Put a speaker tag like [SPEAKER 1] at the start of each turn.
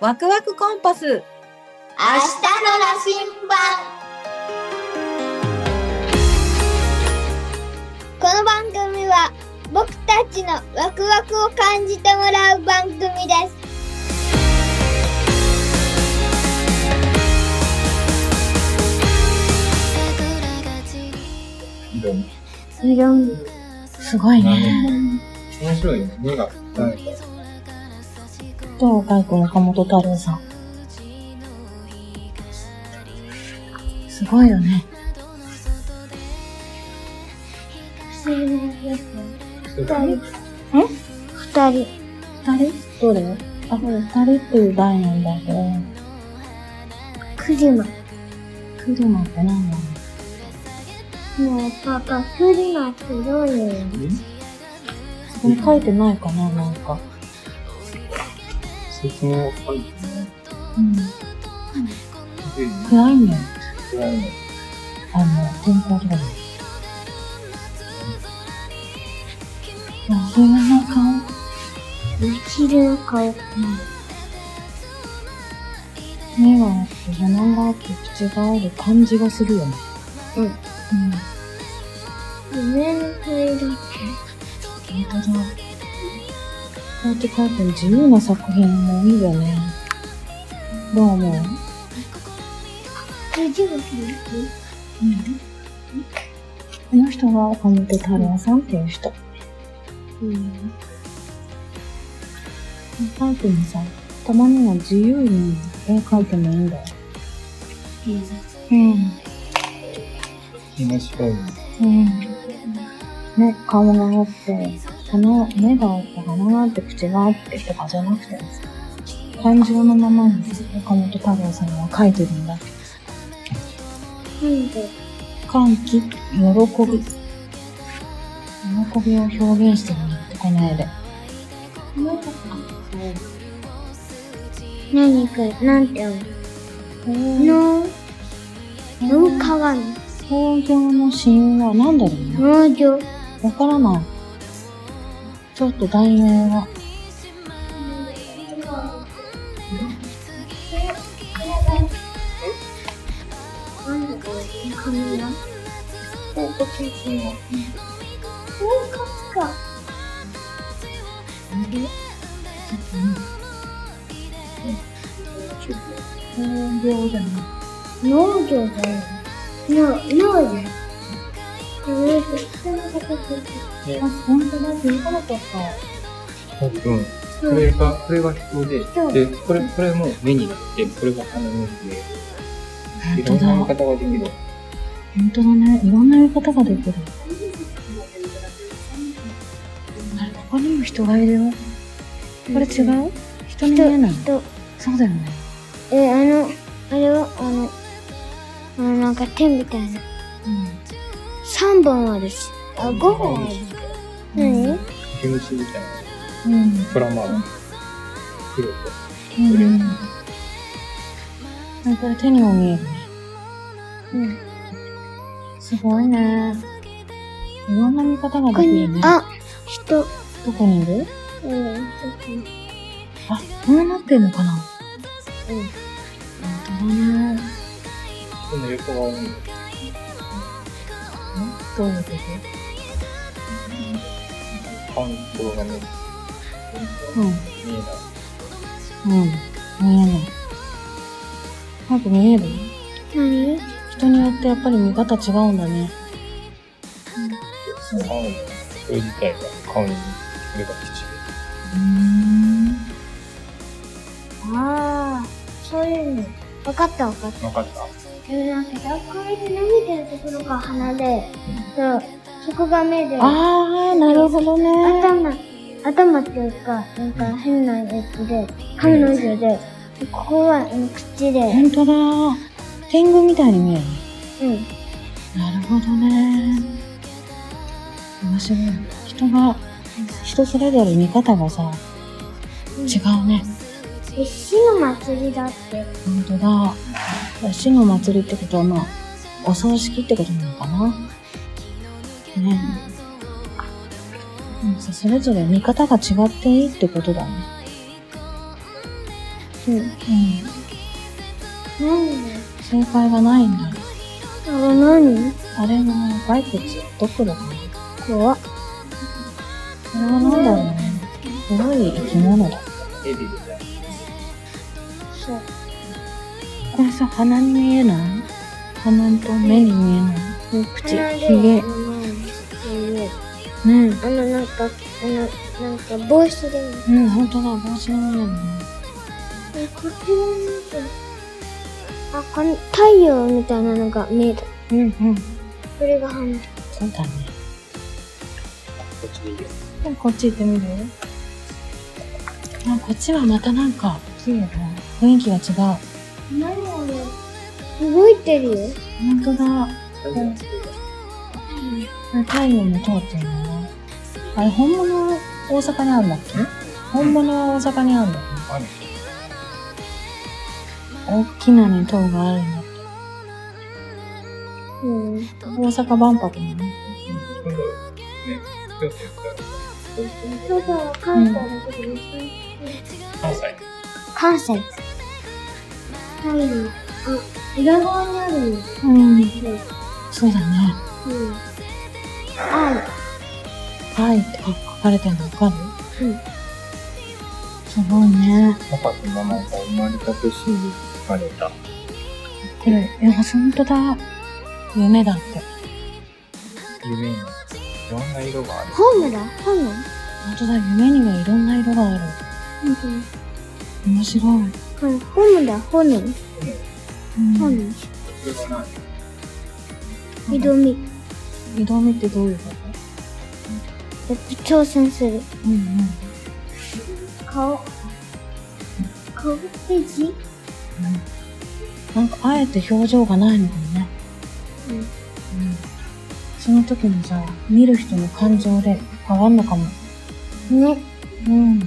[SPEAKER 1] ワクワクコンパス
[SPEAKER 2] 明日の羅針盤この番組は僕たちのワクワクを感じてもらう番組です
[SPEAKER 3] 色ね
[SPEAKER 2] 理論
[SPEAKER 4] すごいね。
[SPEAKER 3] 面白いよね。目が、なんか、
[SPEAKER 4] どう外国岡本太郎さん。すごいよね。
[SPEAKER 3] そういう感じ
[SPEAKER 2] 二人
[SPEAKER 4] 二人どれあ、これ二人っていう題なんだけど、
[SPEAKER 2] 車
[SPEAKER 4] 車って何なの
[SPEAKER 2] もうパパ車すごいよ
[SPEAKER 4] そこに書いてないかななんか。
[SPEAKER 3] 説明が書いてね。
[SPEAKER 4] うん。
[SPEAKER 3] 綺麗に
[SPEAKER 4] 暗いのよ。
[SPEAKER 3] 作られない。
[SPEAKER 4] あの、天候とかで。真面目な顔
[SPEAKER 2] 昼の顔
[SPEAKER 4] 目があって、鼻があって、口がある感じがするよね。
[SPEAKER 2] うん
[SPEAKER 4] うん。
[SPEAKER 2] 夢の声だ
[SPEAKER 4] 本当だ。こうやって書いてる自由な作品もいいよね。どう思う
[SPEAKER 2] け車
[SPEAKER 4] この人が岡本太郎さんっていう人。
[SPEAKER 2] うん
[SPEAKER 4] 書いてもさ、たまには自由に絵描いてもいいんだよ。うん。
[SPEAKER 3] 面白いね。
[SPEAKER 4] うん。ね、顔があって、この目があって、鼻があって、口があってとかじゃなくてさ、感情のままに岡本太郎さんは描いてるんだ。
[SPEAKER 2] なんで
[SPEAKER 4] 歓喜、喜び。喜びを表現してるんだって、この絵で。
[SPEAKER 2] 何かなんて思うの農家は
[SPEAKER 4] 創業の死因は何だろうね。
[SPEAKER 2] 農業
[SPEAKER 4] わからない。ちょっと題名が。
[SPEAKER 2] なんだか髪が高校先生が高校か
[SPEAKER 4] 創業じゃない。
[SPEAKER 2] 農業だよ農農業農業人の形
[SPEAKER 4] あ、本当だ、気づかなかった。
[SPEAKER 3] 多分、これが、これが人で、で、これ、これも目になって、これが鼻ので、いろ
[SPEAKER 4] 本
[SPEAKER 3] ん
[SPEAKER 4] 当
[SPEAKER 3] な見
[SPEAKER 4] だ。
[SPEAKER 3] 方ができる。
[SPEAKER 4] 本当だね。いろんな見方ができる。あれ、ここにも人がいるよ。これ違う人に見えない。
[SPEAKER 2] 人
[SPEAKER 4] そうだよね。
[SPEAKER 2] えあのあれはあのあのなんか手みたいな
[SPEAKER 4] う
[SPEAKER 2] 三本あるしあ五本ある何
[SPEAKER 3] 毛虫みたいな。
[SPEAKER 4] ん。うん。
[SPEAKER 3] トラマーが。広く。
[SPEAKER 4] うん。あこれ手にも見えるね。
[SPEAKER 2] うん
[SPEAKER 4] すごいね。いろんな見方が
[SPEAKER 2] こ
[SPEAKER 4] で
[SPEAKER 2] こ
[SPEAKER 4] き
[SPEAKER 2] に
[SPEAKER 4] るね。
[SPEAKER 2] あ人
[SPEAKER 4] どこにいる
[SPEAKER 2] うん
[SPEAKER 4] あ、こうなってんのかな
[SPEAKER 2] うん
[SPEAKER 4] 本当だね。
[SPEAKER 3] その横が多い。
[SPEAKER 4] どういうこ
[SPEAKER 3] 顔のところがね、
[SPEAKER 4] とうん。
[SPEAKER 3] 見えない。
[SPEAKER 4] うん。見えない。なんか見える
[SPEAKER 2] 何
[SPEAKER 4] 人によってやっぱり見方違うんだね。
[SPEAKER 3] その顔の、それ自体が顔に、これが口で。
[SPEAKER 4] うん。
[SPEAKER 2] ああそういうの分かった分かった
[SPEAKER 3] わかった
[SPEAKER 2] でもなんか学校に伸びてるところが鼻でそうそこが目で
[SPEAKER 4] あー、なるほどね。
[SPEAKER 2] 頭頭っていうかなんか変なやつで彼女ででここはうん口で
[SPEAKER 4] 本当だ。天狗みたいに見える。
[SPEAKER 2] うん
[SPEAKER 4] なるほどね。面白い。人が、人それぞれ見方がさ、違うね。
[SPEAKER 2] で死の祭りだって
[SPEAKER 4] 本当だ。死の祭りってことは、まあ、お葬式ってことなのかな。ね。でもさそれぞれ見方が違っていいってことだね。
[SPEAKER 2] そう。
[SPEAKER 4] うん。
[SPEAKER 2] なんで
[SPEAKER 4] 正解がないんだ。
[SPEAKER 2] あれ何
[SPEAKER 4] あれは骸骨、どこだかな。
[SPEAKER 2] 怖っ。
[SPEAKER 4] これはなんだろうね。黒い生き物だ。
[SPEAKER 3] エビみたいな。
[SPEAKER 2] そう。
[SPEAKER 4] これさ、鼻に見えない鼻と目に見えない口、
[SPEAKER 2] 鼻で
[SPEAKER 4] ひげ。
[SPEAKER 2] うん
[SPEAKER 4] ね
[SPEAKER 2] あの、なんか、あの、なんか帽子でも。
[SPEAKER 4] え。うん、ほんとだ、帽子に見えるね。
[SPEAKER 2] え、こっちのなんか、あ、この太陽みたいなのが見えた。
[SPEAKER 4] うんうん。
[SPEAKER 2] それが反応。
[SPEAKER 4] そうだね。
[SPEAKER 3] こっちでいいよ。
[SPEAKER 4] でもこっち行ってみるあ、こっちはまたなんか、綺麗だ。雰囲気が違う。
[SPEAKER 2] 何あれ動いてるよ。
[SPEAKER 4] ほんとだ。
[SPEAKER 3] うん
[SPEAKER 4] 太陽も通ってるね。あれ、本物は大阪にあるんだっけ本物は大阪にあるんだっ
[SPEAKER 3] ある
[SPEAKER 4] け大きなね、塔があるんだって。
[SPEAKER 2] うん。
[SPEAKER 4] 大阪万博のね。
[SPEAKER 3] 今度、ね、京都やったら
[SPEAKER 2] ただ、関西だけど、
[SPEAKER 3] 関西。
[SPEAKER 2] 関西。太陽。あ、裏側にあるの。
[SPEAKER 4] うん。そうだね。
[SPEAKER 2] うん。あ、
[SPEAKER 4] はいって書かれてるのわかる
[SPEAKER 2] うん。
[SPEAKER 4] すごいね。
[SPEAKER 3] パパとママが生まれた年に生まれた。
[SPEAKER 4] これ、え、ほんとだ。夢だって。
[SPEAKER 3] 夢に、いろんな色がある。
[SPEAKER 2] ホームだホーム
[SPEAKER 4] ほんとだ、夢にはいろんな色がある。
[SPEAKER 2] 本当に。
[SPEAKER 4] 面白い。
[SPEAKER 2] これ、ホームだ、ホーム。
[SPEAKER 4] うん
[SPEAKER 2] ホーム。
[SPEAKER 3] それは何
[SPEAKER 2] 挑み。
[SPEAKER 4] 色味ってどういうこと
[SPEAKER 2] えっと、挑戦する。
[SPEAKER 4] うんうん。
[SPEAKER 2] 顔。顔ページ
[SPEAKER 4] なんかあえて表情がないのかもね。
[SPEAKER 2] うん。
[SPEAKER 4] その時のさ、見る人の感情で変わんのかも。ね。うん。